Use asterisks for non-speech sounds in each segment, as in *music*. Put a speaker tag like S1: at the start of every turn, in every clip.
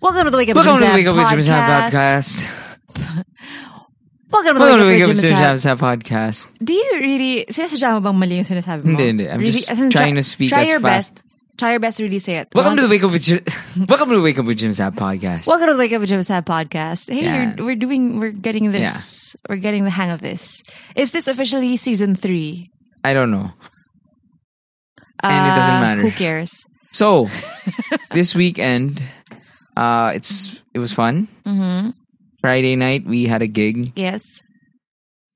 S1: Welcome to the Wake Up
S2: Welcome to
S1: Jim
S2: the Wake Up with Jim
S1: Zap
S2: Zap
S1: podcast.
S2: podcast.
S1: Welcome to the
S2: Welcome to
S1: Wake Up
S2: Wake Up
S1: with
S2: with Jim
S1: Jim Zap.
S2: Zap Zap podcast.
S1: Do you really, sinasadya mo bang mali yung sinasabi mo?
S2: Hindi, hindi. I'm just
S1: as in,
S2: trying to speak
S1: try
S2: as
S1: your
S2: fast.
S1: Best, try your best to really say it.
S2: Welcome to
S1: Welcome
S2: the Wake Up with *laughs* Jim. Welcome to the Wake Up with Jim Zap podcast.
S1: Welcome to the Wake Up with Jim Zap podcast. Hey,
S2: Yeah.
S1: you're, we're doing, we're getting this, we're getting the hang of this. Is this officially season three?
S2: I don't know, and it
S1: Uh,
S2: doesn't
S1: Who
S2: matter.
S1: cares?
S2: So this weekend, uh, it's it was fun.
S1: Mhm.
S2: Friday night we had a gig,
S1: Yes.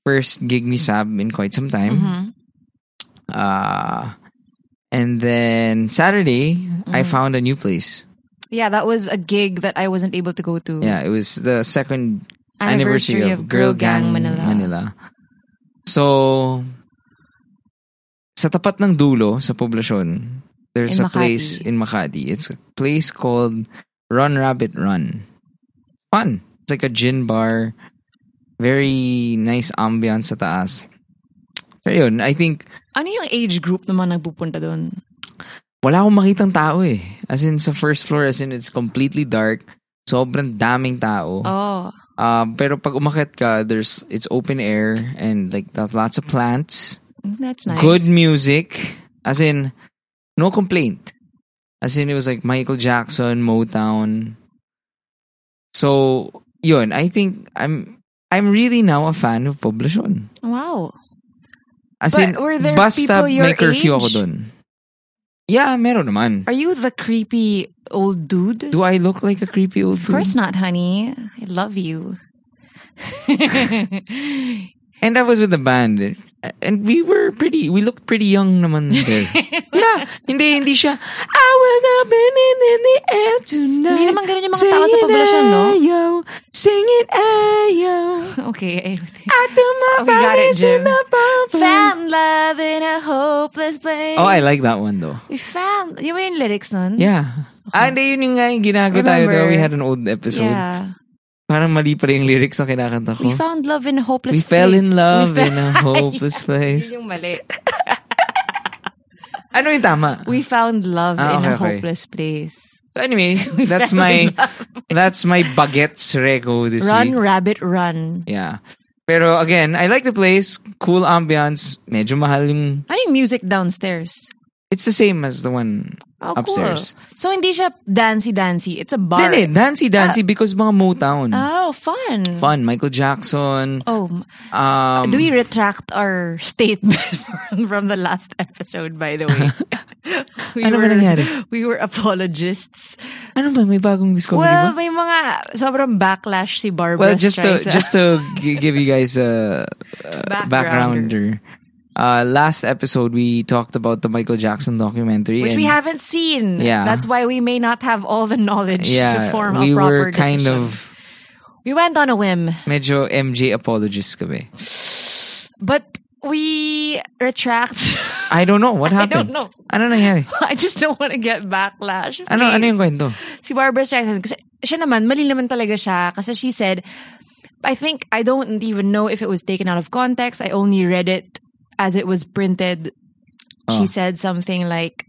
S2: first gig ni Sab in quite some time.
S1: Mhm.
S2: Uh, and then Saturday
S1: Mm-hmm.
S2: I found a new place.
S1: Yeah, that was a gig that I wasn't able to go to.
S2: Yeah, it was the second
S1: Anniversary, of, Girl Gang, Manila.
S2: So, sa tapat ng dulo, sa poblasyon, there's
S1: In
S2: a place
S1: Makati.
S2: in Makati. It's a place called Run Rabbit Run. Fun. It's like a gin bar. Very nice ambiance sa taas. So, yun, I think,
S1: Ano yung age group naman nagpupunta doon?
S2: wala akong makitang tao eh. As in, sa first floor, as in, it's completely dark. Sobrang daming tao.
S1: Oh.
S2: Um, pero pag umakyat ka, there's it's open air and like th- lots of plants,
S1: Oh, That's nice.
S2: good music, as in no complaint. As in it was like Michael Jackson, Motown. So, yun, I think I'm I'm really now a fan of Poblacion.
S1: Wow.
S2: As
S1: But
S2: in,
S1: were there
S2: basta
S1: people your
S2: may curfew ako
S1: age?
S2: dun. Yeah, meron naman.
S1: Are you the creepy old dude?
S2: Do I look like a creepy old
S1: of course
S2: dude?
S1: not, honey. I love *laughs* you.
S2: And I was with the band. And we were pretty, we looked pretty young naman
S1: *laughs*
S2: there. yeah. Hindi, hindi siya, I was up and in, in the air tonight.
S1: Hindi naman ganun yung mga tao sa poblasyon, no?
S2: Singing ayo, singing ayo.
S1: okay.
S2: I do my
S1: Okay, Oh, got it,
S2: promise in
S1: Jim.
S2: the bubble.
S1: found love in a hopeless place.
S2: Oh, I like that one though.
S1: We found. You mean lyrics nun?
S2: Yeah. Ah, hindi, yun yung nga yung ginago tayo
S1: Remember.
S2: though. We had an old episode.
S1: Yeah.
S2: Parang mali pala yung lyrics na kinakanta ko.
S1: We found love in a hopeless
S2: We
S1: place.
S2: fell in love
S1: We
S2: in
S1: *laughs*
S2: a hopeless place.
S1: Yung mali.
S2: Ano yung tama?
S1: *laughs* We found love
S2: Ah,
S1: in a
S2: okay, okay.
S1: hopeless place.
S2: So
S1: *laughs*
S2: anyway, *laughs* that's
S1: fell in
S2: my
S1: love.
S2: that's my baguettes rego this
S1: Run,
S2: week.
S1: rabbit, run.
S2: Yeah. Pero again, I like the place. Cool ambiance. Medyo mahal yung...
S1: Ano yung music downstairs?
S2: It's the same as the one
S1: Oh,
S2: upstairs.
S1: cool. So, hindi siya dancey-dancey. It's a bar.
S2: Hindi,
S1: Ah.
S2: dancey-dancey because mga Motown.
S1: Oh, fun.
S2: Fun. Michael Jackson.
S1: Oh, m-
S2: Um,
S1: do we retract our statement *laughs* from, from the last episode, by the way? we,
S2: *laughs* Ano ba nangyari?
S1: we were apologists.
S2: ano ba? May bagong discovery
S1: Well,
S2: ba?
S1: may mga sobrang backlash si Barbara
S2: Well, just to,
S1: Streisand.
S2: just to gi- give you
S1: *laughs*
S2: guys a, a
S1: Backgrounder.
S2: backgrounder. Uh, last episode, we talked about the Michael Jackson documentary.
S1: Which
S2: and
S1: we haven't seen.
S2: Yeah.
S1: That's why we may not have all the knowledge
S2: yeah,
S1: to form
S2: we
S1: a proper
S2: were kind
S1: decision.
S2: of
S1: We went on a whim.
S2: medyo MJ apologists kami.
S1: But we retract. *laughs*
S2: I don't know. What happened?
S1: don't know.
S2: Ano nangyari?
S1: I just don't want to get backlash.
S2: Ano, ano
S1: Please.
S2: yung kwento?
S1: si Barbara Streisand, kasi siya naman, mali naman talaga siya. Kasi she said, I think, I don't even know if it was taken out of context. I only read it as it was printed. She said something like,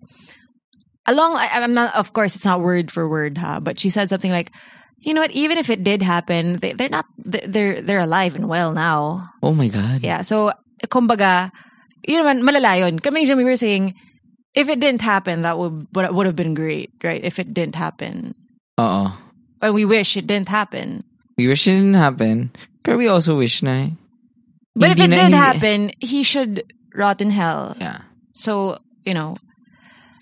S1: along, I, I'm not, of course, it's not word for word, ha, but she said something like, you know what, even if it did happen, they, they're not, they- they're, they're alive and well now.
S2: Oh my God.
S1: Yeah. So, kumbaga, yun naman, malala yun. Kami ni Jimmy were saying, if it didn't happen, that would, would have been great, right? If it didn't happen.
S2: Oo.
S1: And we wish it didn't happen.
S2: Uh-uh. We wish it didn't happen. Pero we also wish na.
S1: But if
S2: Hindi
S1: it
S2: na-
S1: did
S2: hindi-
S1: happen, he should rot in hell.
S2: Yeah.
S1: So, you know,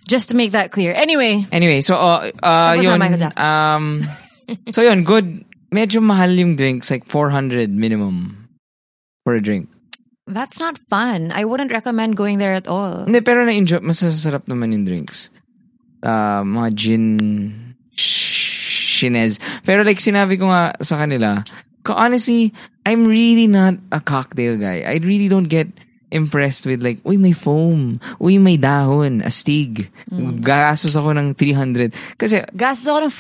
S1: just to make that clear. Anyway,
S2: Anyway, so, uh, uh,
S1: Tapos na
S2: yun,
S1: Michael Jackson. *laughs*
S2: um, so yun, good. Medyo mahal yung drinks, like 400 minimum for a drink.
S1: that's not fun. I wouldn't recommend going there at all.
S2: Hindi, pero na-enjoy, masasarap naman yung drinks. Uh, mga gin, shinez. Pero like sinabi ko nga sa kanila, ko honestly, I'm really not a cocktail guy. I really don't get impressed with like, uy, may foam. Uy, may dahon. Astig. Gagastos ako ng 300. Kasi,
S1: Gastos ako ng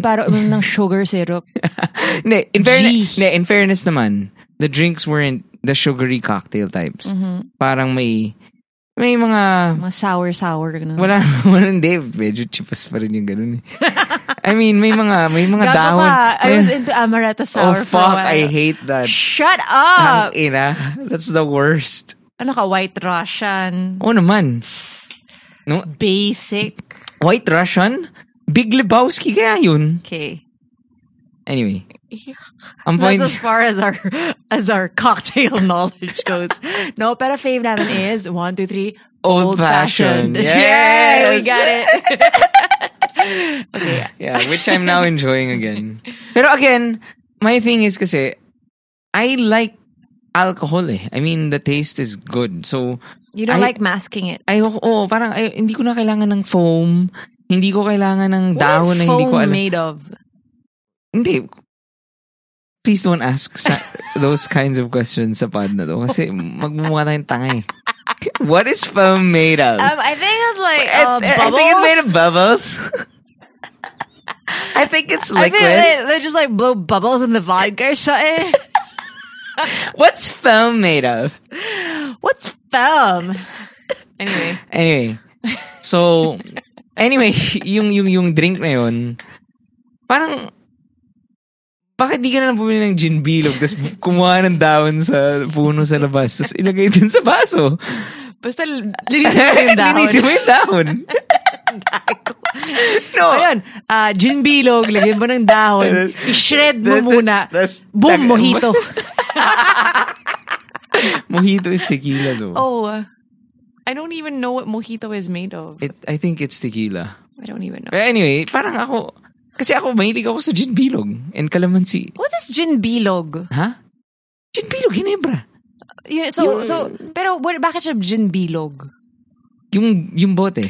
S1: 400 para uminom ng sugar syrup.
S2: ne, in, fairness,
S1: Jeez.
S2: ne, in fairness naman, the drinks weren't the sugary cocktail types. Parang may, may mga
S1: Mga sour-sour. Ganun.
S2: Wala, *laughs* wala hindi. Medyo cheapest pa rin yung ganun.
S1: *laughs*
S2: eh. I mean, may mga, may mga
S1: Gago
S2: dahon.
S1: ka. I
S2: may-
S1: was into amaretto
S2: oh,
S1: sour for a
S2: fuck.
S1: while.
S2: I hate that.
S1: Shut up!
S2: Ang ina. That's the worst.
S1: Ano ka, white Russian?
S2: Oo naman. No,
S1: Basic.
S2: White Russian? Big Lebowski kaya yun?
S1: Okay.
S2: Anyway. Ang point,
S1: That's as far as our as our cocktail *laughs* knowledge goes. no, pero fave namin is one, two, three, old
S2: Old
S1: fashioned.
S2: fashioned.
S1: Yeah, we
S2: Yes!
S1: got it.
S2: yeah, which I'm now enjoying
S1: *laughs*
S2: again. Pero again, my thing is kasi, I like alcohol eh. I mean, the taste is good. So,
S1: You don't
S2: I-
S1: like masking it.
S2: Ay, oo, oo, parang ay, hindi ko na kailangan ng foam. Hindi ko kailangan ng
S1: What is
S2: dahon na hindi ko
S1: foam
S2: alam.
S1: made of?
S2: Hindi. Please don't ask sa- *laughs* those kinds of questions sa pod na to. Kasi magmumukha tayong tanga eh. *laughs* What is foam made of?
S1: Um, I think it's like
S2: I,
S1: uh,
S2: I- I
S1: bubbles.
S2: think it's made of bubbles.
S1: *laughs*
S2: I think it's
S1: I think
S2: liquid.
S1: they, they just like blow bubbles in the vodka or something.
S2: What's foam made of?
S1: *laughs* What's foam? Anyway,
S2: Anyway. So, anyway, *laughs* yung, yung, yung drink na yun, parang, bakit di ka na lang bumili ng gin bilog tapos kumuha ng dahon sa puno sa labas tapos ilagay din sa baso.
S1: basta linisin ko *laughs* yung *laughs* dahon.
S2: Linisin mo yung dahon.
S1: *laughs*
S2: no.
S1: Ayun, ah, gin bilog, lagyan mo ng dahon, i-shred mo
S2: That- that-
S1: muna,
S2: that's-
S1: boom,
S2: tag- *laughs*
S1: mojito.
S2: Mojito is tequila though.
S1: Oh, uh, I don't even know what mojito is made of.
S2: It, I think it's tequila.
S1: I don't even know.
S2: But anyway, parang ako, kasi ako, mahilig ako sa gin bilog and calamansi.
S1: What is gin bilog?
S2: Ha? Gin bilog, Ginebra.
S1: Yeah, so,
S2: Yung-
S1: so, pero what, bakit siya gin bilog?
S2: Yung, yung bote.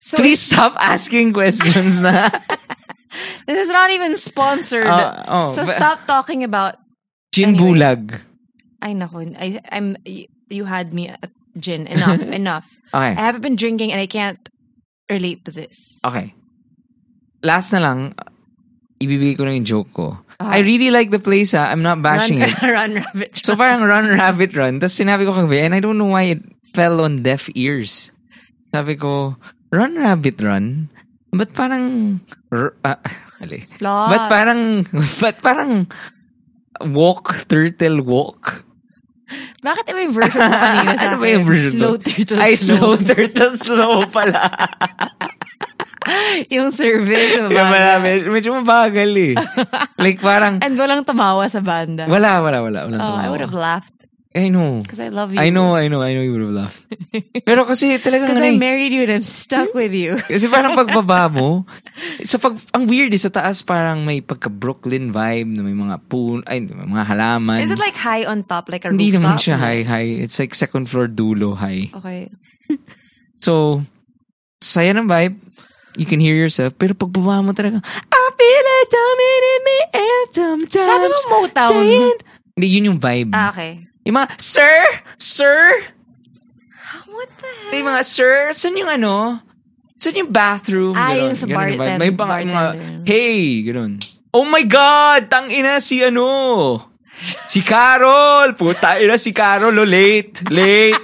S1: So,
S2: Please stop asking questions
S1: *laughs*
S2: na.
S1: this is not even sponsored.
S2: Ah, oh,
S1: so,
S2: but-
S1: stop talking about,
S2: Gin
S1: Anyway.
S2: bulag.
S1: ay nako, I, I'm, y- you had me at gin.
S2: *laughs*
S1: Enough, enough.
S2: Okay.
S1: I haven't been drinking and I can't relate to this.
S2: Okay. Last na lang, ibibigay ko na yung joke ko.
S1: Ah.
S2: I really like the place, ah. I'm not bashing
S1: *laughs* run,
S2: it.
S1: run, rabbit.
S2: So parang run, rabbit, run. Tapos sinabi ko kagabi, and I don't know why it fell on deaf ears. Sabi ko, run, rabbit, run. But parang... R- ah, mali.
S1: Flawed.
S2: But parang... *laughs* But parang... Walk, turtle, walk.
S1: Bakit iba yung version mo kanina sa
S2: *laughs* ano ba yung
S1: akin?
S2: version
S1: Slow
S2: doon?
S1: turtle
S2: Ay,
S1: slow.
S2: slow turtle, slow pala.
S1: *laughs* yung service sa
S2: *laughs* Yung marami.
S1: banda.
S2: Medyo mabagal eh. like
S1: *laughs*
S2: parang,
S1: And walang tumawa sa banda.
S2: wala, wala, wala. wala
S1: oh, I would have laughed
S2: I know.
S1: because I love you.
S2: I know, I know, I know you would have
S1: *laughs*
S2: laughed. Pero kasi talagang
S1: Because
S2: ano
S1: I
S2: eh.
S1: married you and I'm stuck with
S2: *laughs*
S1: you.
S2: Kasi parang
S1: *laughs*
S2: pagbaba mo, sa pag, ang weird eh, sa taas parang may pagka-Brooklyn vibe na may mga pool, ay, may mga halaman.
S1: Is it like high on top, like a
S2: Hindi
S1: rooftop?
S2: naman siya high, high. It's like second floor dulo high.
S1: Okay.
S2: So, saya ng vibe. You can hear yourself. Pero pagbaba mo talaga, I feel it coming in the air sometimes.
S1: Sabi mo Motown.
S2: saying- Hindi, yun yung vibe.
S1: Ah, okay.
S2: Yung mga, sir, sir,
S1: What the heck?
S2: yung mga, sir, saan yung ano? Saan yung bathroom?
S1: Ah,
S2: Ganon,
S1: yung sa
S2: ganon yung vibe.
S1: bartend-
S2: May mga, mga,
S1: bartender.
S2: hey, ganun. Oh my God, tang ina si ano? Si Carol, puta ina si Carol, oh, late,
S1: *laughs*
S2: late.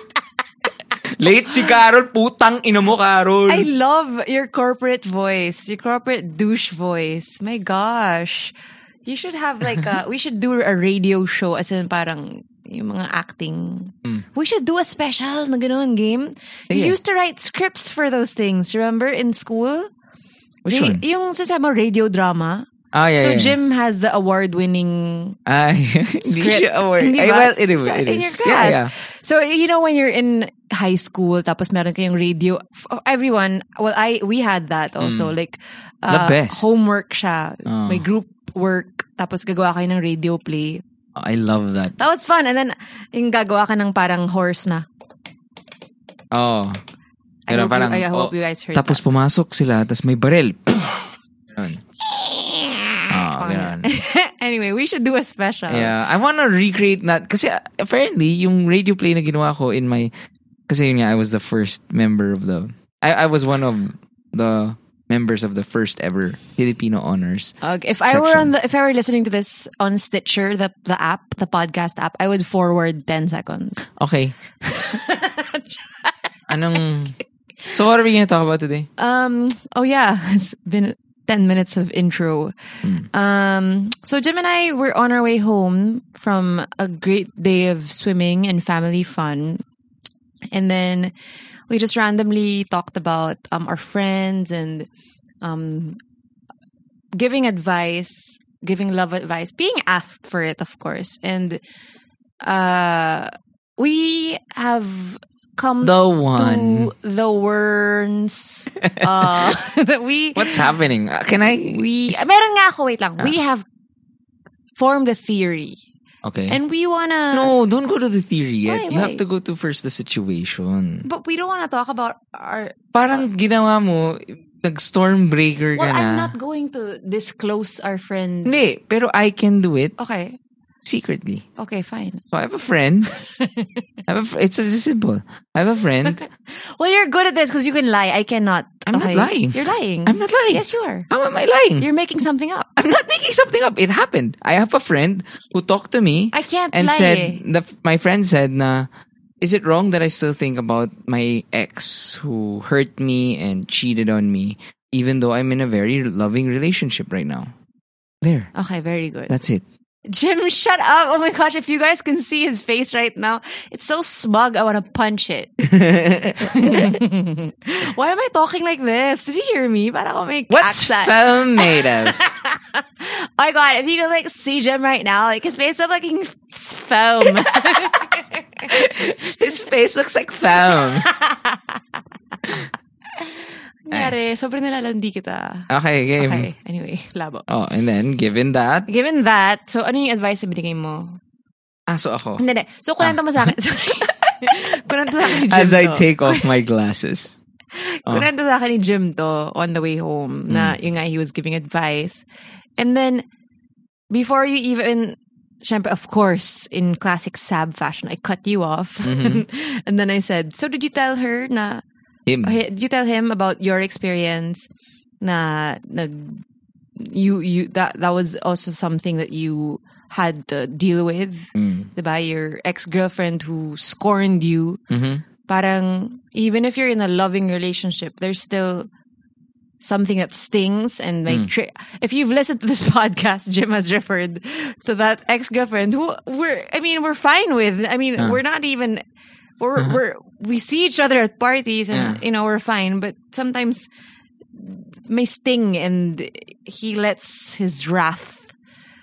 S2: late si Carol, putang ina mo, Carol.
S1: I love your corporate voice, your corporate douche voice. My gosh. You should have like a, we should do a radio show as in parang yung mga acting. We should do a special na ganun game. You
S2: Hmm. Sige.
S1: used to write scripts for those things, remember, in school?
S2: Which
S1: Ra-
S2: one?
S1: Yung sinasabi mo, radio drama.
S2: Ah, yeah, Ah,
S1: so
S2: yeah.
S1: Jim has the award-winning
S2: *laughs* Ay, hindi
S1: script.
S2: *laughs* siya aware.
S1: Hindi
S2: Ay,
S1: ba?
S2: well, it is.
S1: Sa-
S2: It
S1: in
S2: is.
S1: your
S2: Yeah,
S1: class.
S2: yeah.
S1: So, you know, when you're in high school, tapos meron kayong radio, f- oh, everyone, well, I, we had that also. Like, uh,
S2: Mm. The best.
S1: homework siya.
S2: Oh.
S1: May group work. Tapos gagawa kayo ng radio play.
S2: Oh, I love that.
S1: That was fun. And then, yung gagawa ka ng parang horse na.
S2: Oh.
S1: I
S2: Pero
S1: hope,
S2: parang,
S1: you, I hope
S2: oh,
S1: you guys heard
S2: Tapos
S1: *laughs*
S2: pumasok sila, tapos may barel. Ganun.
S1: that. *laughs*
S2: Ah, ganun.
S1: Pangit. anyway, we should do a special.
S2: Yeah, I want to recreate that kasi uh, apparently yung radio play na ginawa ko in my kasi yun nga I was the first member of the I I was one of the members of the first ever Filipino honors.
S1: Okay, if I were
S2: Section.
S1: on the if I were listening to this on Stitcher, the the app, the podcast app, I would forward 10 seconds. *laughs*
S2: Okay. Anong So what are we going to talk about today?
S1: Um, oh yeah, *laughs* it's been 10 minutes of intro. Um, so Jim and I were on our way home from a great day of swimming and family fun. And then we just randomly talked about um, our friends and um, giving advice, giving love advice, being asked for it, of course. And uh, we have come
S2: The one.
S1: to the worms uh, *laughs* that we
S2: What's happening? Uh, Can I
S1: we ah, meron nga ako wait
S2: Ah.
S1: lang. We have formed a theory
S2: Okay.
S1: and we wanna
S2: no, don't go to the theory yet.
S1: Why,
S2: you
S1: why?
S2: have to go to first the situation.
S1: but we don't wanna talk about our
S2: Parang ginawa mo nag-stormbreaker ka
S1: well
S2: na.
S1: I'm not going to disclose our friends.
S2: Hindi, pero I can do it
S1: Okay.
S2: secretly.
S1: Okay, fine.
S2: So I have
S1: *laughs*
S2: a friend. I have a fr- it's as simple. I have a friend.
S1: Well, you're good at this because you can lie. I cannot.
S2: I'm not
S1: Okay.
S2: lying.
S1: You're lying.
S2: I'm not lying.
S1: Yes, you are.
S2: How am I lying?
S1: You're making something up.
S2: I'm not making something up. It happened. I have a friend who talked to me.
S1: I can't
S2: and
S1: lie
S2: said
S1: eh.
S2: the, my friend said na is it wrong that I still think about my ex who hurt me and cheated on me even though I'm in a very loving relationship right now. There.
S1: Okay, very good.
S2: That's it.
S1: Jim, shut up. Oh my gosh, if you guys can see his face right now, it's so smug. I want to punch
S2: *laughs*
S1: it. Why am I talking like this? Did you hear me? Parang ako may
S2: What's
S1: accent.
S2: film made
S1: *laughs*
S2: of?
S1: oh my god, if you can like see Jim right now, like his face is looking f-
S2: *laughs*
S1: foam.
S2: Eh. His face looks like film.
S1: Nangyari, sobrang nilalandi kita.
S2: Okay, game.
S1: Okay, anyway, labo.
S2: Oh, and then given that,
S1: Given that, so ano yung advice na binigay mo?
S2: aso ako.
S1: Hindi, hindi. So, kunento mo
S2: *laughs*
S1: sa akin. *laughs* kunento sa akin ni Jim
S2: As I
S1: to. *laughs*
S2: take off my glasses. Oh.
S1: Kunento sa akin ni Jim to on the way home na yung nga he was giving advice. And then, before you even, syempre, of course, in classic Sab fashion, I cut you off. *laughs* and then I said, so did you tell her na,
S2: Him.
S1: okay, did you tell him about your experience na, na you, you, that, that was also something that you had to deal with? Diba? Your ex-girlfriend who scorned you
S2: hmm
S1: parang even if you're in a loving relationship, there's still something that stings and like tri- if you've listened to this *laughs* podcast, Jim has referred to that ex girlfriend who we're I mean we're fine with. I mean we're not even we're we're we see each other at parties and
S2: Mm-hmm. Yeah.
S1: you know we're fine, but sometimes may sting and he lets his wrath.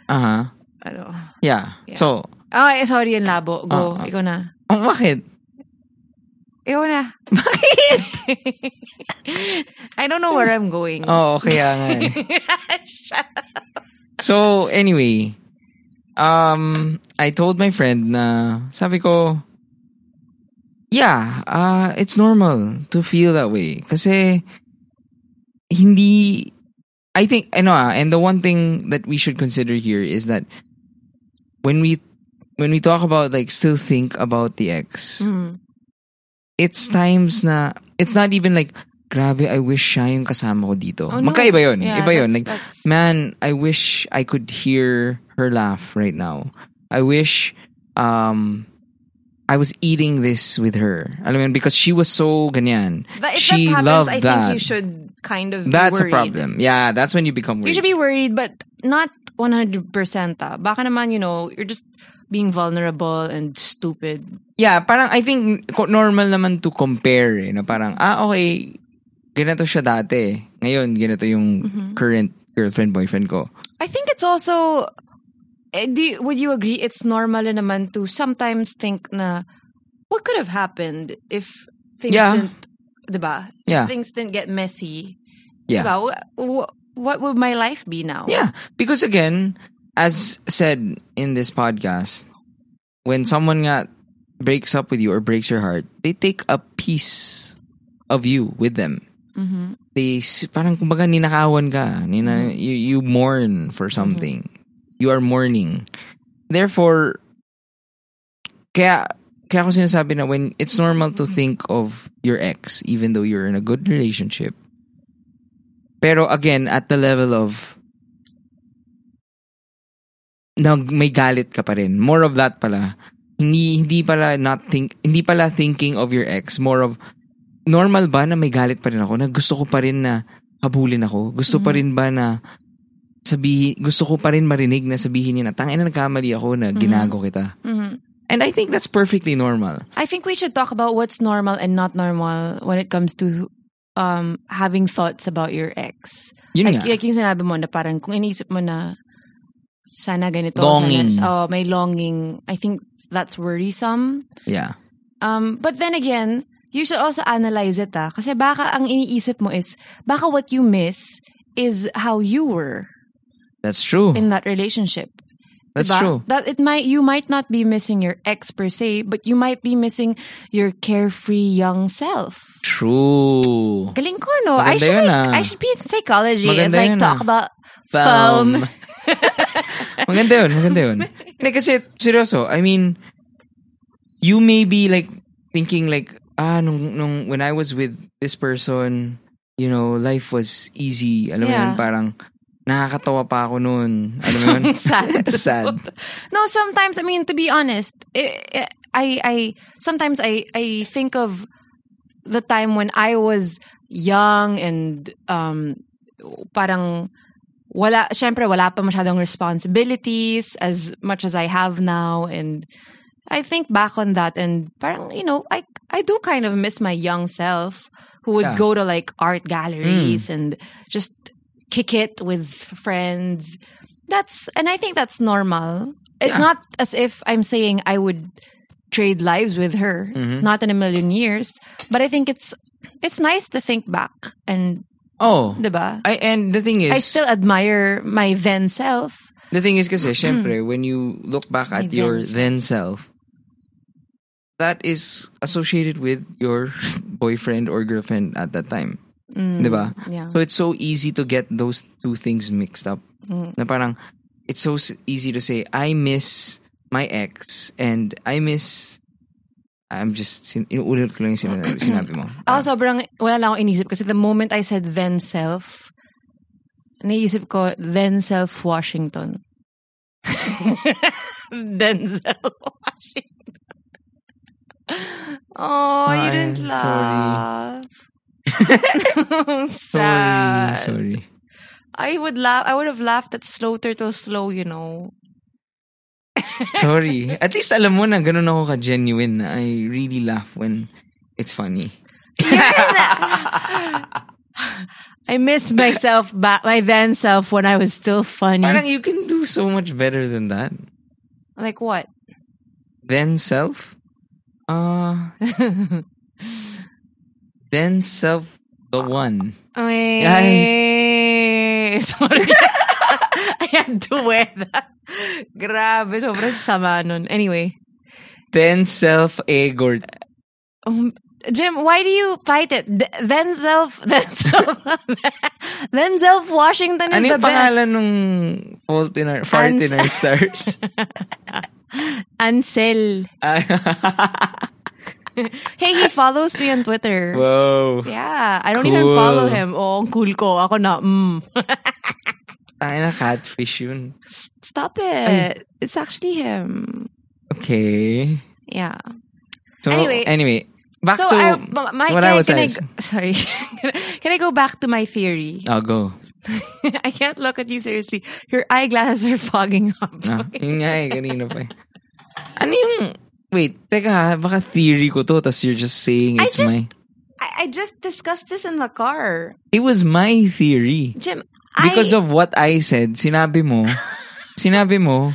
S2: Uh-huh.
S1: Ano.
S2: Yeah. So,
S1: Oh, eh, sorry, yung labo. Go.
S2: Ah, ah.
S1: Ikaw na.
S2: oh, bakit?
S1: Ikaw na.
S2: *laughs* Bakit?
S1: *laughs* I don't know where I'm going.
S2: Oo, kaya nga eh. So, anyway, um, I told my friend na, sabi ko, yeah, uh, it's normal to feel that way. Kasi, hindi, I think, ano ah, and the one thing that we should consider here is that when we, when we talk about, like, still think about the ex,
S1: Mm.
S2: it's times na, it's not even like, grabe, I wish siya yung kasama ko dito.
S1: Oh, no.
S2: Magkaiba yun.
S1: Yeah,
S2: Iba yun.
S1: that's-
S2: Like,
S1: that's-
S2: man, I wish I could hear her laugh right now. I wish um I was eating this with her. I mean, because she was so ganyan.
S1: But if
S2: she
S1: that happens,
S2: loved
S1: I
S2: that.
S1: think you should kind of be
S2: that's
S1: worried.
S2: a problem. Yeah, that's when you become
S1: You
S2: worried.
S1: should be worried, but not 100%. Ah. Baka naman, you know, you're just being vulnerable and stupid.
S2: Yeah, parang I think ko- normal naman to compare eh, na parang, ah, okay, ganito siya dati. Ngayon, ganito yung current girlfriend, boyfriend ko.
S1: I think it's also, eh, do you- would you agree it's normal na naman to sometimes think na, what could have happened if things
S2: Yeah.
S1: didn't, diba? If
S2: Yeah.
S1: things didn't get messy.
S2: Yeah.
S1: Diba? Wh- wh- What would my life be now?
S2: Yeah, because again, as said in this podcast, when someone nga breaks up with you or breaks your heart, they take a piece of you with them. They s- parang kumbaga ninakawan ka, nina, you, you mourn for something. you are mourning. Therefore, kaya, kaya ako sinasabi na when it's normal to think of your ex even though you're in a good relationship. Pero again, at the level of nag may galit ka pa rin. More of that pala. Hindi hindi pala not think hindi pala thinking of your ex, more of normal ba na may galit pa rin ako? Na gusto ko pa rin na habulin ako? Gusto pa rin ba na sabihin, gusto ko pa rin marinig na sabihin niya na tangin na nagkamali ako na ginago kita. And I think that's perfectly normal.
S1: I think we should talk about what's normal and not normal when it comes to um, having thoughts about your ex.
S2: Yun
S1: like,
S2: nga.
S1: like yung sinabi mo na parang kung iniisip mo na sana ganito,
S2: Longing.
S1: sana, oh, may longing. I think that's worrisome.
S2: Yeah.
S1: Um, but then again, you should also analyze it ah. Kasi baka ang iniisip mo is, baka what you miss is how you were
S2: That's true.
S1: in that relationship.
S2: That's
S1: Diba?
S2: true.
S1: That it might you might not be missing your ex per se, but you might be missing your carefree young self.
S2: True.
S1: Galing ko, no? I
S2: Maganda
S1: should,
S2: yun,
S1: like,
S2: ah.
S1: I should be in psychology and
S2: Maganda
S1: like
S2: yun,
S1: talk
S2: ah.
S1: about
S2: *laughs*
S1: film.
S2: maganda yun, maganda yun. Hindi, kasi, seryoso, I mean, you may be like, thinking like, ah, nung, nung, when I was with this person, you know, life was easy. Alam mo
S1: Yeah.
S2: yun, parang, nakakatawa pa ako noon. Alam mo yun?
S1: *laughs* Sad.
S2: Sad.
S1: No, sometimes I mean to be honest, I I, I sometimes I I think of the time when I was young and um parang wala syempre wala pa masyadong responsibilities as much as I have now and I think back on that and parang you know I I do kind of miss my young self who would
S2: Yeah.
S1: go to like art galleries and just kick it with friends that's and I think that's normal. It's not as if I'm saying I would trade lives with her, not in a million years, but I think it's it's nice to think back and
S2: Oh.
S1: 'di ba?
S2: I, and the thing is,
S1: I still admire my then self.
S2: The thing is kasi, syempre, when you look back
S1: My
S2: at your
S1: then
S2: then self, that is associated with your *laughs* boyfriend or girlfriend at that time.
S1: Mm,
S2: Diba?
S1: Yeah.
S2: So it's so easy to get those two things mixed up.
S1: Mm.
S2: Na parang, it's so s- easy to say, I miss my ex and I miss... I'm just... sin- Inuulit ko lang
S1: *clears throat*
S2: yung sinabi, sinabi mo.
S1: Ako Ah, sobrang wala lang akong inisip kasi the moment I said then self, naisip ko then self Washington. *laughs* then self Washington. Oh, you
S2: Ay,
S1: didn't
S2: sorry. *laughs*
S1: laugh. *laughs*
S2: sorry,
S1: Sad.
S2: sorry.
S1: I would laugh. I would have laughed at slow turtle slow, you
S2: *laughs*
S1: know.
S2: Sorry. At least alam mo na ganun ako ka-genuine. na I really laugh when it's funny.
S1: I miss myself back my then self when I was still funny.
S2: Parang you can do so much better than that.
S1: like what?
S2: Then self?
S1: *laughs*
S2: Uh, then self the one.
S1: Ay. *laughs* Sorry. I had to wear that. Grabe, sobrang sama nun. Anyway.
S2: Then self Egort.
S1: Um, Jim, why do you fight it? Th- Then self, *laughs* then self, then self Washington is
S2: Ano
S1: the
S2: yung
S1: best.
S2: pangalan nung fault in our, fart in our
S1: *laughs*
S2: stars?
S1: Ansel. Hey, he follows me on Twitter.
S2: *laughs* Wow.
S1: yeah, I don't even
S2: Cool.
S1: follow him. Oh, ang cool ko. Ako na, mm. *laughs*
S2: Tayo na catfish yun.
S1: S- Stop it. It's actually him.
S2: Okay.
S1: Yeah.
S2: So,
S1: Anyway.
S2: anyway. Anyway. Back
S1: so,
S2: to
S1: I, my, my-
S2: what
S1: can,
S2: I
S1: I-
S2: was
S1: can I,
S2: asked.
S1: go- *laughs* sorry. can I go back to my theory?
S2: I'll Ah, go.
S1: *laughs* I can't look at you seriously. Your eyeglasses are fogging up. *laughs*
S2: Ah, yun nga eh, kanina pa eh. Ano yung... Wait, teka ha, baka theory ko to, tas you're just saying
S1: I
S2: it's
S1: just-
S2: my...
S1: I, I just discussed this in the car.
S2: It was my theory.
S1: Jim,
S2: Because
S1: I,
S2: of what I said, sinabi
S1: *laughs*
S2: mo, sinabi mo,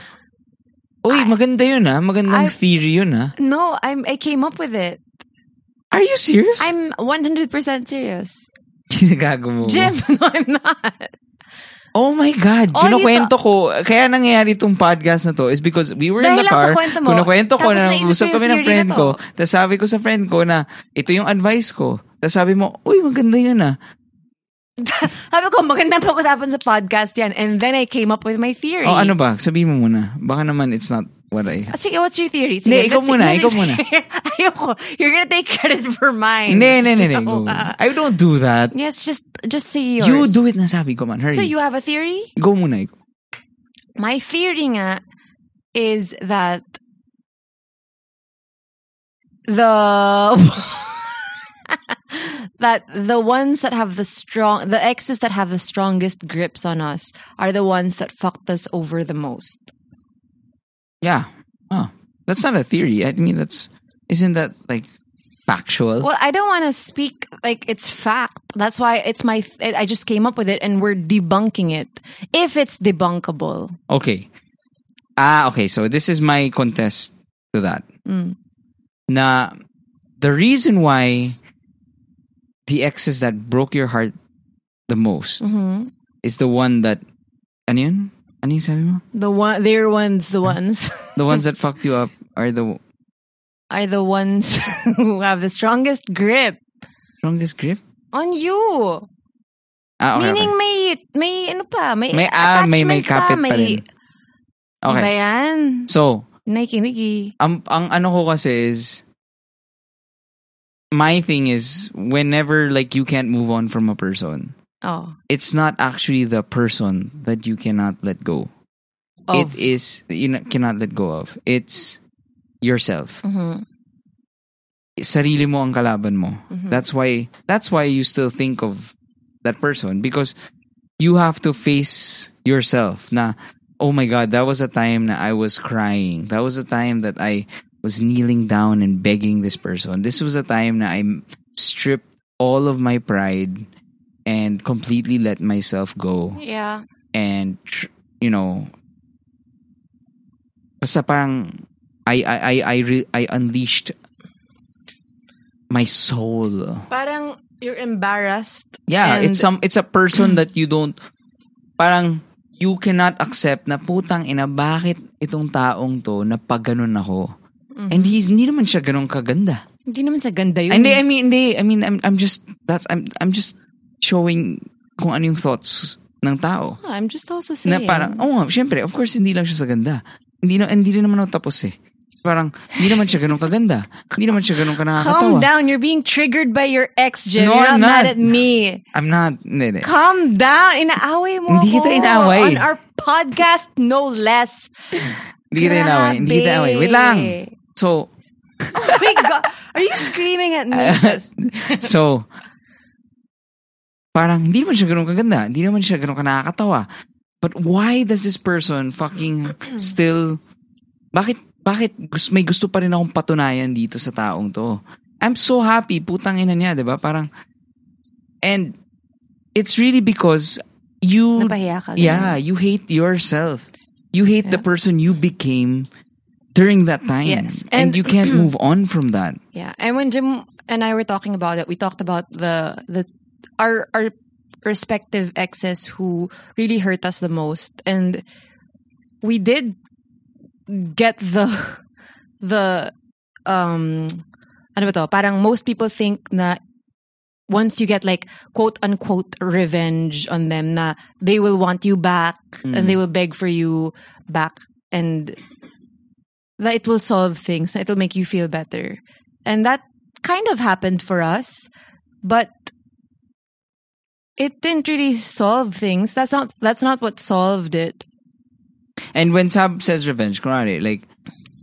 S2: Uy, maganda yun ah. Magandang
S1: I-
S2: theory yun ah.
S1: No, I'm, I came up with it.
S2: Are you serious?
S1: I'm 100% serious.
S2: *laughs* Ginagago mo.
S1: Jim, *laughs* no, I'm not.
S2: Oh my God.
S1: All you
S2: Kinukwento ko. Kaya nangyayari itong podcast na to is because we were in
S1: Dahil
S2: the
S1: lang sa
S2: car.
S1: kwento mo.
S2: Kinukwento ko
S1: Tapos
S2: na
S1: naisip ko
S2: usap
S1: yung
S2: kami ng
S1: theory na
S2: friend
S1: to.
S2: ko. Tapos sabi ko sa friend ko na ito yung advice ko. Tapos sabi mo, uy, maganda yun ah.
S1: Sabi ko, magandang pag-usapan sa podcast yan. And then I came up with my theory.
S2: O Oh, ano ba? Sabihin mo muna. Baka naman it's not what I...
S1: Ah, Sige, what's your theory? Sige,
S2: Hindi, ikaw
S1: let's-
S2: muna,
S1: let's-
S2: ikaw muna.
S1: *laughs* Ayoko. You're gonna take credit for mine.
S2: Hindi, hindi,
S1: *laughs*
S2: hindi.
S1: No,
S2: go.
S1: ah.
S2: I don't do that.
S1: Yes, just just say yours.
S2: You do it na sabi ko man. Hurry.
S1: So you have a theory?
S2: Go muna. ikaw.
S1: My theory nga is that the *laughs* that the ones that have the strong the exes that have the strongest grips on us are the ones that fucked us over the most.
S2: Yeah. Oh, that's not a theory. I mean, that's... Isn't that like factual?
S1: Well, I don't want to speak like it's fact. That's why it's my I just came up with it and we're debunking it if it's debunkable.
S2: Okay. Ah, okay. So this is my contest to that.
S1: Mm.
S2: Na the reason why the exes that broke your heart the most
S1: Mm-hmm.
S2: is the one that ano yun? Ano yung sabi mo?
S1: The one their ones the ones *laughs*
S2: The ones that fucked you up are the
S1: are the ones *laughs* who have the strongest grip
S2: strongest grip.
S1: on you.
S2: Ah, okay.
S1: Meaning
S2: okay.
S1: may may ano pa, may,
S2: May ah,
S1: attachment
S2: may may
S1: pa,
S2: kapit pa rin. Okay.
S1: Ba yan? eh.
S2: So,
S1: Nakikinigi.
S2: ang, ang ano ko kasi is my thing is whenever like you can't move on from a person,
S1: Oh.
S2: it's not actually the person that you cannot let go.
S1: Of.
S2: It is you know, cannot let go of. It's yourself.
S1: Mhm.
S2: Sarili mo ang kalaban mo. That's why that's why you still think of that person because you have to face yourself. Na oh my god, that was a time na I was crying. That was a time that I was kneeling down and begging this person. This was a time na I stripped all of my pride and completely let myself go
S1: Yeah.
S2: and tr- you know basta parang I I I I, re- I unleashed my soul.
S1: Parang you're embarrassed.
S2: Yeah,
S1: and
S2: it's some it's a person that you don't parang you cannot accept na putang ina bakit itong taong to napaganon ako. And he's hindi naman siya ganun kaganda.
S1: hindi naman sa ganda yun.
S2: Hindi, I mean, hindi. I mean, I'm, I'm just, that's, I'm, I'm just showing kung ano yung thoughts ng tao.
S1: Ah, I'm just also saying.
S2: Na parang, oo nga, syempre, of course, hindi lang siya sa ganda. Hindi, na, hindi rin naman ako tapos eh. Parang, hindi naman siya ganun kaganda. Hindi naman siya ganun ka
S1: Calm
S2: nakakatawa.
S1: down. You're being triggered by your ex, Jim.
S2: No,
S1: you're
S2: I'm
S1: mad
S2: not.
S1: at me.
S2: I'm not, hindi, hindi.
S1: Calm down. Inaaway mo ako
S2: Hindi kita inaaway.
S1: On our podcast, no less.
S2: Hindi kita inaway. Hindi kita
S1: Grabe.
S2: inaway. Wait lang. So,
S1: Oh my God. *laughs* Are you screaming at
S2: *laughs*
S1: me? Just-
S2: so, parang hindi naman siya ganun kaganda. Hindi naman siya ganun ka nakakatawa. But why does this
S1: *clears throat*
S2: person fucking still, bakit, bakit gus- may gusto pa rin akong patunayan dito sa taong to? I'm so happy, putang ina niya, di ba? Parang, and it's really because you,
S1: Napahiya ka, ganun.
S2: yeah, you hate yourself. You hate the person you became during that time.
S1: Yes.
S2: And,
S1: And-
S2: you
S1: *clears throat*
S2: can't move on from that.
S1: Yeah, and when Jim and I were talking about it, we talked about the the our our respective exes who really hurt us the most, and we did get the *laughs* the um ano ba to? Parang most people think na once you get like quote unquote revenge on them, na they will want you back and they will beg for you back and that it will solve things, it will make you feel better. And that kind of happened for us, but it didn't really solve things. That's not that's not what solved it.
S2: And when Sab says revenge, kunwari, like,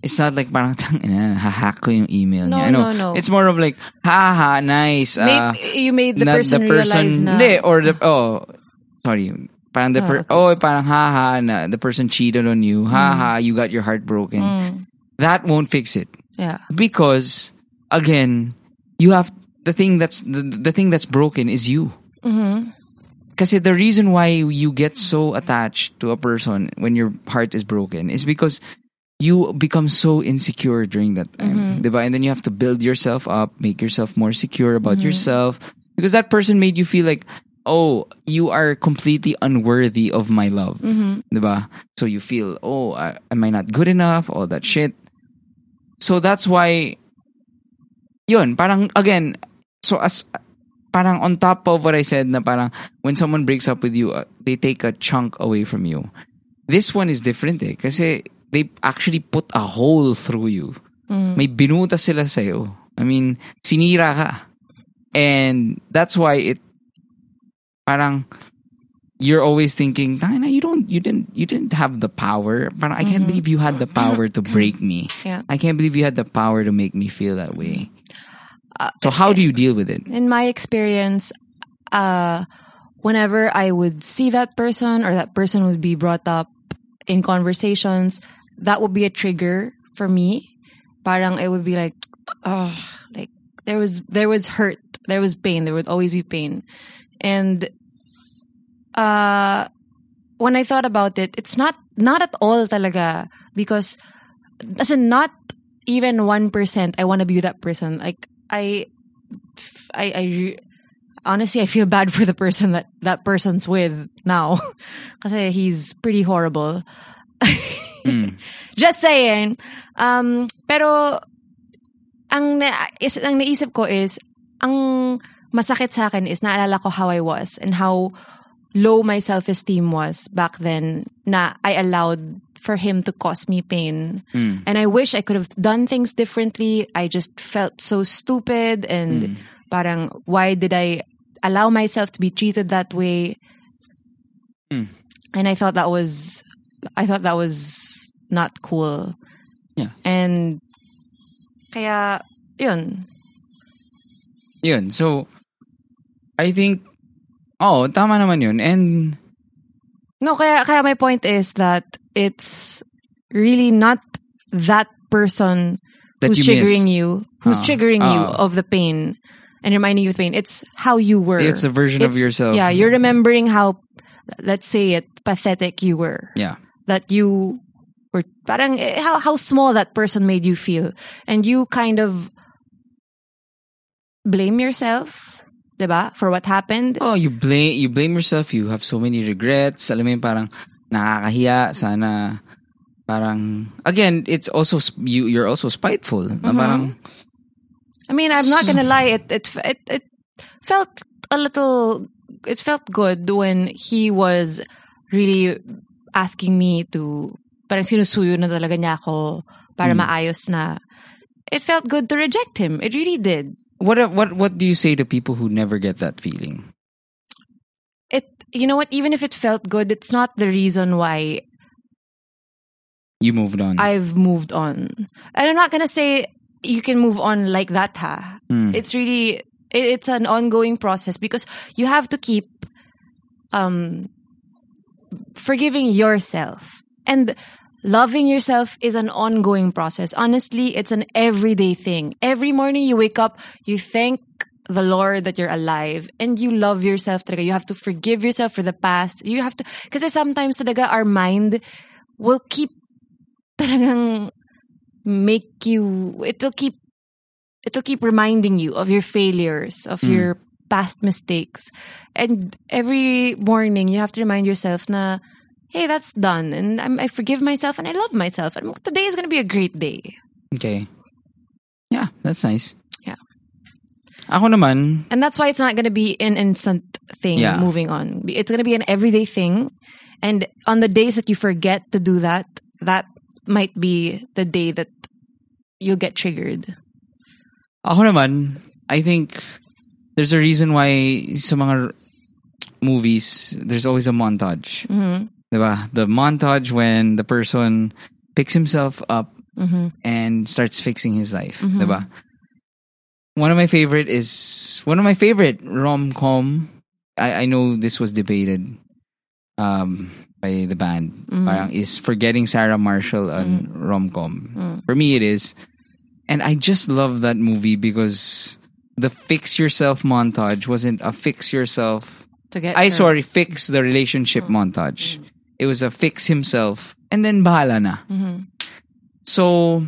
S2: it's not like parang, *laughs* tang, ina, hahack ko yung email
S1: No,
S2: niya. Ano,
S1: no, no.
S2: It's more of like, haha, nice. Uh,
S1: Maybe you made Ah. the
S2: na-
S1: person, realize na Ah.
S2: Hindi, or the, oh, sorry. Parang the, per- oh, parang haha, na, the person cheated on you. Haha,
S1: Mm.
S2: you got your heart broken. That won't fix it.
S1: yeah.
S2: Because, again, you have, the thing that's, the, the thing that's broken is you. Kasi the reason why you get so attached to a person when your heart is broken is because you become so insecure during that time. Diba? And then you have to build yourself up, make yourself more secure about yourself. Because that person made you feel like, oh, you are completely unworthy of my love. Diba? So you feel, oh, I, am I not good enough? All that shit. So that's why, yun, parang, again, so as parang on top of what I said na parang when someone breaks up with you, uh, they take a chunk away from you. This one is different eh. Kasi they actually put a hole through you. May binuta sila sa'yo. I mean, sinira ka. And that's why it parang you're always thinking, Diana, you don't you didn't you didn't have the power. Parang I can't believe you had the power to break me.
S1: Mm-hmm. *laughs* Yeah.
S2: I can't believe you had the power to make me feel that way.
S1: Uh,
S2: so how do
S1: eh,
S2: you deal with it?
S1: in my experience, uh, whenever I would see that person or that person would be brought up in conversations, that would be a trigger for me. Parang it would be like, oh, like there was there was hurt, there was pain, there would always be pain, and uh, when I thought about it, it's not not at all talaga because as in not even one percent. I want to be that person. Like I I, I re- honestly I feel bad *laughs* for the person that that person's with now, *laughs* because he's pretty horrible. *laughs* Just saying. Um, pero ang na, is, ang naisip ko is ang masakit sa akin is naalala ko how I was and how low my self-esteem was back then na I allowed for him to cause me pain. And I wish I could have done things differently. I just felt so stupid and parang why did I allow myself to be treated that way? And I thought that was I thought that was not cool.
S2: Yeah.
S1: And kaya yun.
S2: Yun. So I think oh, tama naman yun. And
S1: No, kaya, kaya my point is that it's really not that person
S2: That
S1: who's
S2: you miss.
S1: triggering you, who's
S2: Ah.
S1: triggering you
S2: Ah.
S1: of the pain and reminding you of pain. It's how you were.
S2: It's a version of
S1: It's-
S2: yourself.
S1: Yeah, you're remembering how, let's say it, pathetic you were.
S2: yeah.
S1: That you were, parang, eh, how, how small that person made you feel. And you kind of blame yourself, diba, for what happened.
S2: Oh, you blame you blame yourself. You have so many regrets. Alam mo yun, parang nakakahiya. Sana parang again, it's also sp- you you're also spiteful. Na
S1: Mm-hmm.
S2: parang
S1: I mean, I'm not gonna lie. It it it, it felt a little. It felt good when he was really asking me to parang sinusuyo na talaga niya ako para maayos na. It felt good to reject him. It really did.
S2: what what what do you say to people who never get that feeling?
S1: It you know what? Even if it felt good, it's not the reason why
S2: You moved on.
S1: I've moved on. And I'm not gonna say you can move on like that, ha. It's really it- it's an ongoing process because you have to keep um forgiving yourself and loving yourself is an ongoing process. Honestly, it's an everyday thing. Every morning you wake up, you thank the Lord that you're alive and you love yourself talaga. You have to forgive yourself for the past. You have to because sometimes talaga our mind will keep talagang make you it'll keep it'll keep reminding you of your failures
S2: Hmm.
S1: of your past mistakes and every morning you have to remind yourself na hey that's done and I'm, I forgive myself and I love myself and today is going to be a great day
S2: okay. Yeah, that's nice.
S1: Yeah.
S2: Ako naman,
S1: and that's why it's not going to be an instant thing
S2: Yeah.
S1: moving on it's going to be an everyday thing and on the days that you forget to do that that might be the day that you'll get triggered
S2: Ako naman, I think there's a reason why sa mga r- movies, there's always a montage. Diba? The montage when the person picks himself up and starts fixing his life. Diba? One of my favorite is one of my favorite rom-com. I, I know this was debated um, by the band. Parang is forgetting Sarah Marshall on rom-com. For me it is. And I just love that movie because the fix yourself montage wasn't a fix yourself.
S1: to get
S2: I
S1: her.
S2: sorry, fix the relationship montage. It was a fix himself and then bahala na. So,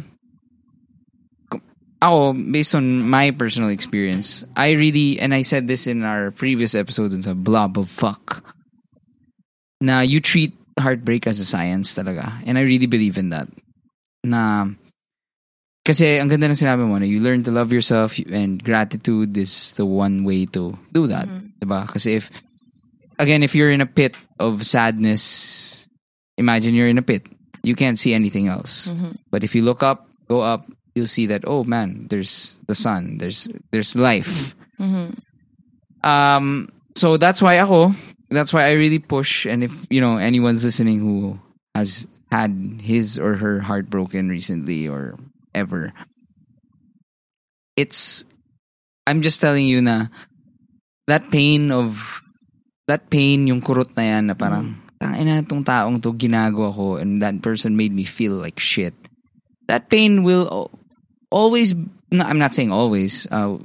S2: oh, based on my personal experience, I really and I said this in our previous episodes. It's a blob of fuck. Now you treat heartbreak as a science, talaga, and I really believe in that. Na Kasi ang ganda ng sinabi mo, na you learn to love yourself and gratitude is the one way to do that. Diba? Kasi if, again, if you're in a pit of sadness, imagine you're in a pit. You can't see anything else. But if you look up, go up, you'll see that, oh man, there's the sun, there's, there's life. Um, so that's why ako, that's why I really push. And if, you know, anyone's listening who has had his or her heart broken recently or ever, it's, I'm just telling you na that pain of, that pain, yung kurot na yan na parang, tangin na tong taong to, ginago ako and that person made me feel like shit. That pain will al- always, no, I'm not saying always, uh,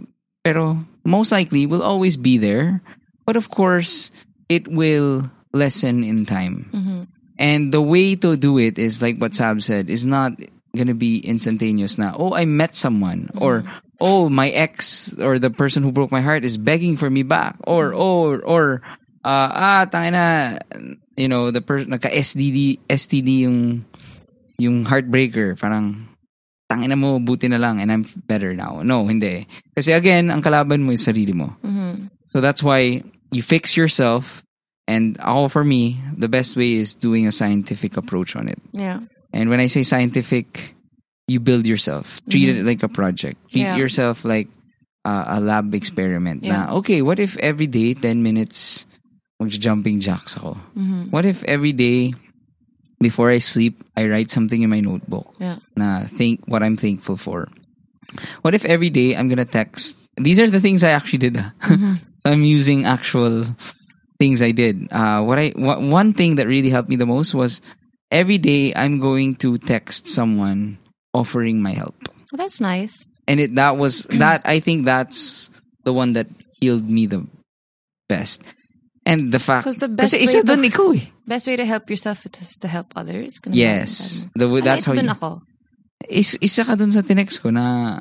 S2: pero most likely will always be there. But of course, it will lessen in time. And the way to do it is like what Sab said, is not gonna be instantaneous na, oh, I met someone or oh my ex or the person who broke my heart is begging for me back or or or uh, ah tangin na you know the person nagka STD STD yung yung heartbreaker parang tangina mo, buti na lang, and I'm better now. No, hindi. Kasi again, ang kalaban mo is sarili mo.
S1: Mm-hmm.
S2: So that's why you fix yourself, and all for me, the best way is doing a scientific approach on it.
S1: Yeah.
S2: And when I say scientific, you build yourself. Treat it like a project. Treat
S1: Mm-hmm. Yeah.
S2: yourself like uh, a lab experiment.
S1: Yeah.
S2: Na, okay, what if every day 10 minutes mag-jumping jacks ako?
S1: Mm-hmm.
S2: What if every day before I sleep, I write something in my notebook
S1: Yeah.
S2: na uh, think what I'm thankful for? What if every day I'm gonna text? These are the things I actually did. ah.
S1: Mm-hmm.
S2: *laughs* I'm using actual things I did. Uh, what I wha- one thing that really helped me the most was every day I'm going to text someone offering my help,
S1: Well, that's nice.
S2: and it that
S1: *clears throat*
S2: was that I think that's the one that healed me the best. And the fact,
S1: 'Cause the best
S2: kasi
S1: way
S2: isa
S1: to-
S2: dun ikaw
S1: *laughs*
S2: eh.
S1: Best way to help yourself is to help others. Ganun ba?
S2: Yes, the, way-
S1: Ano,
S2: that's
S1: isa
S2: how.
S1: dun
S2: You,
S1: ako.
S2: is, isa ka dun sa tinext ko na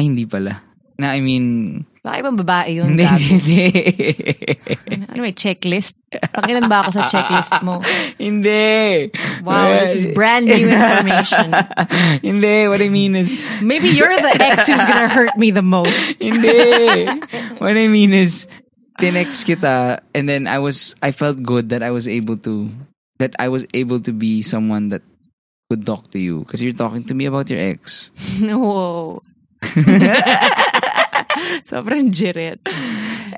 S2: ay hindi pala. Na I mean,
S1: Baka ibang babae
S2: *laughs*
S1: yun.
S2: hindi,
S1: Gabi.
S2: hindi.
S1: Ano may checklist? Pakinan ba ako sa checklist mo?
S2: hindi.
S1: Wow, this is brand new
S2: *laughs*
S1: information.
S2: Hindi, what I mean is,
S1: Maybe you're the ex who's gonna hurt me the most. *laughs*
S2: hindi. What I mean is, tinext kita, and then I was, I felt good that I was able to, that I was able to be someone that could talk to you. Because you're talking to me about your ex. *laughs*
S1: Whoa. *laughs* Sobrang jirit.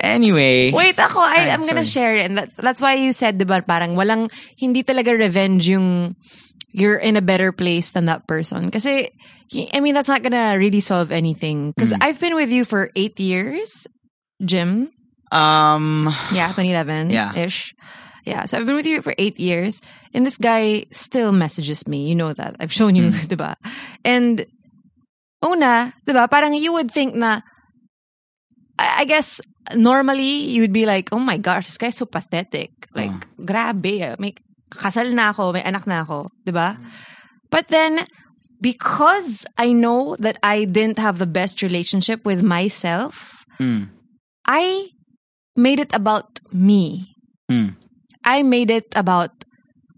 S2: Anyway.
S1: Wait, ako, I,
S2: Ay,
S1: I'm gonna
S2: sorry.
S1: share it. And that's, that's why you said, diba, parang walang, hindi talaga revenge yung you're in a better place than that person. Kasi, I mean, that's not gonna really solve anything. Because I've been with you for eight years, Jim.
S2: Um,
S1: Yeah, 2011
S2: Yeah.
S1: ish. Yeah, so I've been with you for eight years, and this guy still messages me. You know that. I've shown you, *laughs* diba? And una, diba, parang you would think na, I, I guess, normally, you would be like, oh my gosh, this guy's so pathetic. Like, grabe. ah, May kasal na ako, may anak na ako, diba? But then, because I know that I didn't have the best relationship with myself, I made it about me.
S2: Mm.
S1: I made it about,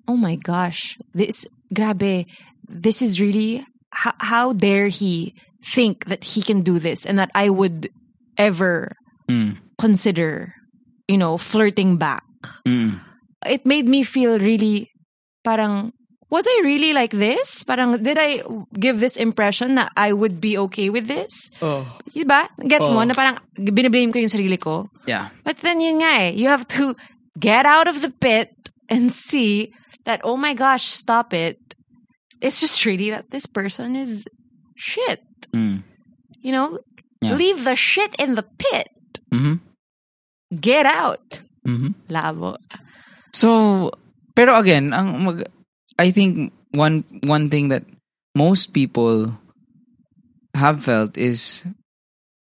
S1: oh my gosh, this, grabe, this is really, how, how dare he think that he can do this and that I would ever consider, you know, flirting back.
S2: mm,
S1: It made me feel really, parang, was I really like this? Parang, did I give this impression that I would be okay with this?
S3: Oh.
S1: Diba? Gets mo? Na parang, biniblame ko yung sarili ko.
S2: yeah.
S1: But then yun nga eh, you have to get out of the pit and see that, oh my gosh, stop it. It's just really that this person is shit.
S2: Mm.
S1: You know?
S2: Yeah.
S1: Leave the shit in the pit.
S2: Mhm.
S1: Get out.
S2: Mhm.
S1: Labo.
S2: So, pero again, ang mag, I think one one thing that most people have felt is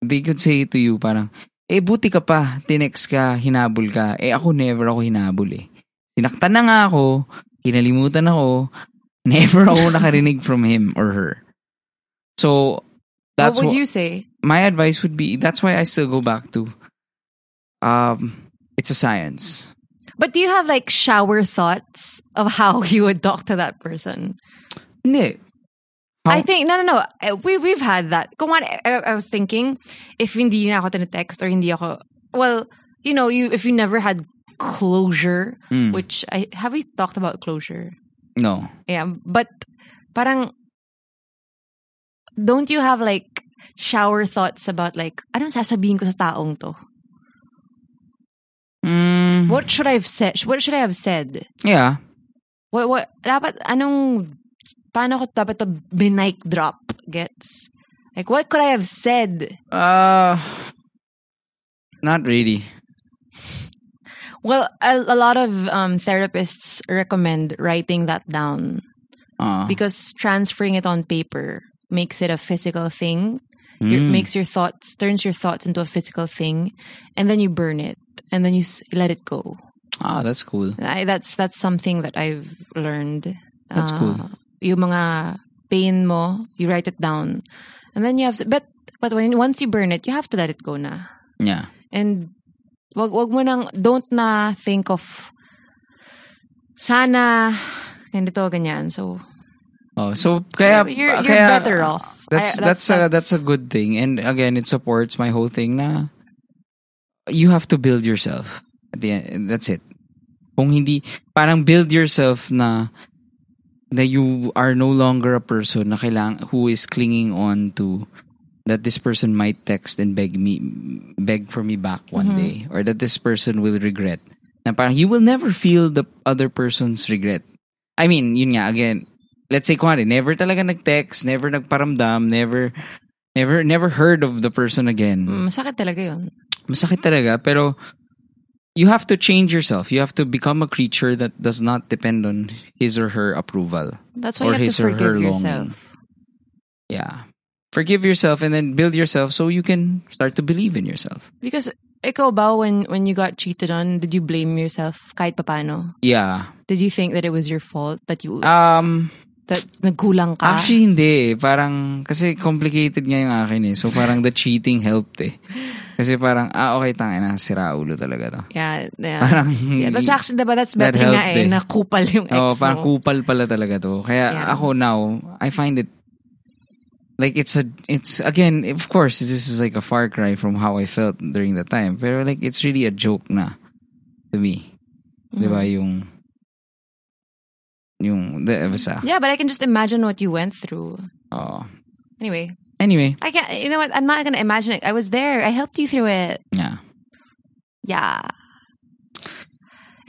S2: they could say to you parang, eh buti ka pa, tinex ka, hinabol ka. Eh ako never ako hinabol eh. Sinaktan na nga ako, kinalimutan ako, *laughs* never ako nakarinig from him or her. So, that's
S1: what would you
S2: wh-
S1: say?
S2: my advice would be, that's why I still go back to, um, it's a science.
S1: But do you have like *laughs* shower thoughts of how you would talk to that person?
S2: Hindi.
S1: I think, no, no, no. Eh, We, we've had that. Kung what, I, I was thinking, if hindi na ako tinetext or hindi ako, well, you know, you if you never had closure, which I, have we talked about closure?
S2: No.
S1: Yeah, but parang don't you have like shower thoughts about like anong sasabihin ko sa taong to?
S2: Mm,
S1: What should I have said? What should I have said?
S2: yeah.
S1: What what dapat anong paano ko dapat to binic drop gets? Like what could I have said?
S2: Uh, not really.
S1: Well, a, a lot of um, therapists recommend writing that down
S2: Uh,
S1: because transferring it on paper makes it a physical thing. It makes your thoughts turns your thoughts into a physical thing, and then you burn it, and then you s- let it go.
S2: ah, that's cool.
S1: I, that's that's something that I've learned.
S2: That's
S1: Uh,
S2: cool.
S1: Yung mga pain mo, you write it down, and then you have to. But but when once you burn it, you have to let it go na.
S2: Yeah.
S1: And wag wag mo nang don't na think of sana ganito ganyan. So
S2: Oh, so kaya
S1: You're- you're
S2: kaya-
S1: better off.
S2: That's
S1: I-
S2: that's
S1: that's-
S2: a,
S1: that's-
S2: that's a good thing, and again, it supports my whole thing. Na you have to build yourself. At the end, that's it. Kung hindi parang build yourself na that you are no longer a person na kailang, who is clinging on to that this person might text and beg me beg for me back one day or that this person will regret. Na parang you will never feel the other person's regret. I mean, yun nga again, let's say kuwari, never talaga nag-text, never nagparamdam, never never never heard of the person again
S1: masakit talaga yun.
S2: masakit talaga pero you have to change yourself you have to become a creature that does not depend on his or her approval
S1: That's why you
S2: Or
S1: have
S2: his
S1: to
S2: or her
S1: forgive
S2: longing.
S1: yourself.
S2: yeah forgive yourself and then build yourself so you can start to believe in yourself
S1: Because ikaw ba when when you got cheated on, did you blame yourself kahit papano?
S2: yeah
S1: Did you think that it was your fault that you
S2: um
S1: that nagkulang ka?
S2: actually hindi eh. parang kasi complicated nga yung akin eh so parang the cheating helped eh kasi parang ah okay tangin na sira ulo talaga to *laughs*
S1: yeah, yeah.
S2: parang
S1: Yeah, that's actually, diba, that's
S2: That
S1: better nga
S2: helped
S1: eh,
S2: eh.
S1: na kupal yung ex
S2: Oh, parang
S1: mo.
S2: kupal pala talaga to. Kaya
S1: Yeah.
S2: ako now, I find it like it's a it's again, of course, this is like a far cry from how I felt during that time. Pero like it's really a joke na to me. 'Di ba
S1: Mm-hmm.
S2: yung yung the, basta.
S1: Yeah, but I can just imagine what you went through.
S2: Oh.
S1: Anyway,
S2: Anyway,
S1: I can't, you know what, I'm not gonna imagine it. I was there. I helped you through it.
S2: yeah.
S1: Yeah.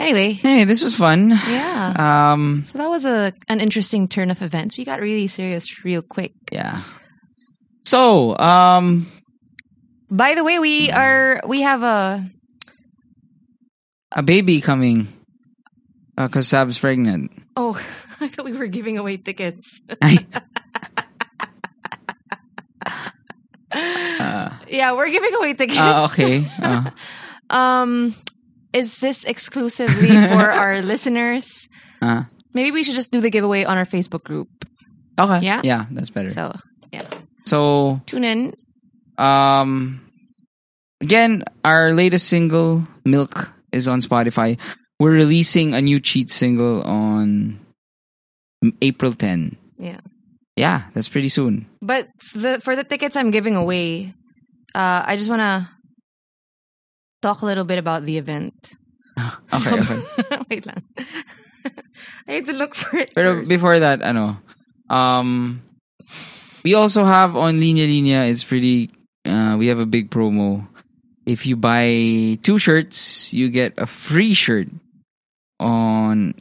S1: Anyway,
S2: Anyway, this was fun.
S1: yeah.
S2: Um
S1: So that was a an interesting turn of events. We got really serious real quick.
S2: yeah. So, um
S1: By the way, we are we have a
S2: a baby coming. Uh, cause Sab's pregnant.
S1: oh *laughs* I thought we were giving away tickets. *laughs*
S2: Ay.
S1: Yeah, we're giving away tickets.
S2: Ah, okay. Ah.
S1: um is this exclusively
S2: *laughs*
S1: for our listeners?
S2: Ah.
S1: Maybe we should just do the giveaway on our Facebook group.
S2: Okay.
S1: Yeah?
S2: Yeah, that's better. So,
S1: So yeah. Tune in.
S2: um, again, our latest single, Milk, is on Spotify. We're releasing a new cheat single on m- April 10.
S1: Yeah.
S2: Yeah, that's pretty soon.
S1: But the for the tickets I'm giving away, uh, I just wanna talk a little bit about the event.
S2: Okay, okay.
S1: *laughs* Wait lang. I had to look for it.
S2: Pero
S1: first.
S2: before that, ano, um, we also have on Linya Linya, it's pretty, uh, we have a big promo. If you buy two shirts, you get a free shirt on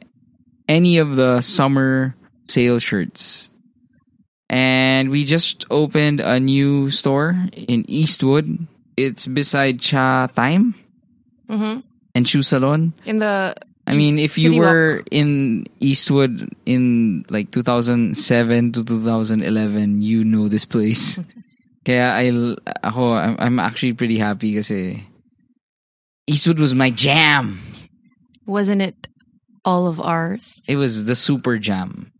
S2: any of the summer sale shirts. And we just opened a new store in Eastwood. It's beside Cha Time
S1: Mhm.
S2: and Shoe Salon.
S1: in the
S2: I mean, if you
S1: City
S2: were
S1: Walk.
S2: in Eastwood in like 2007 to 2011, you know this
S1: *laughs*
S2: place. Kaya I, ako, I'm, I'm actually pretty happy kasi Eastwood was my jam.
S1: wasn't it all of ours?
S2: It was the super jam.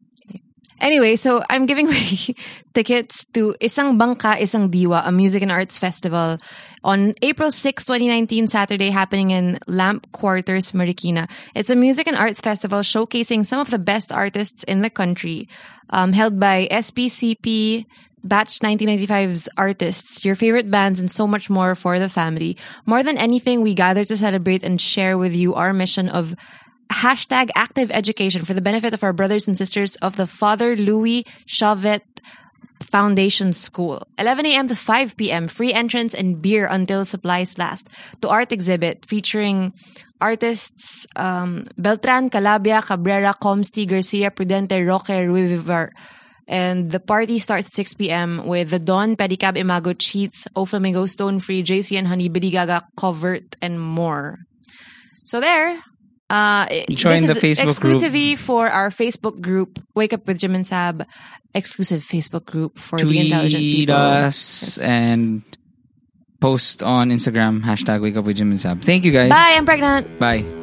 S1: Anyway, so I'm giving *laughs* away tickets to Isang Bangka, Isang Diwa, a music and arts festival on April 6, 2019, Saturday, happening in Lamp Quarters, Marikina. It's a music and arts festival showcasing some of the best artists in the country, um, held by SPCP, Batch 1995's artists, your favorite bands, and so much more for the family. More than anything, we gather to celebrate and share with you our mission of hashtag active education for the benefit of our brothers and sisters of the Father Louis Chauvet Foundation School. 11 a.m. to 5 p.m. Free entrance and beer until supplies last. To art exhibit featuring artists um, Beltran, Calabria, Cabrera, Comsti, Garcia, Prudente, Roque, River. And the party starts at 6 p.m. with the Dawn, Pedicab, Imago, Cheats, O Flamingo, Stone Free, JC and Honey, Biddy Gaga, Covert, and more. So there, uh,
S2: Join
S1: this
S2: the
S1: is
S2: Facebook
S1: exclusively for our Facebook group, Wake Up with Jim and Sab, exclusive Facebook group for the intelligent
S4: tweet
S1: people.
S4: us
S1: Yes.
S4: and post on Instagram hashtag Wake Up with Jim and Sab. Thank you guys.
S1: Bye, I'm pregnant.
S4: Bye.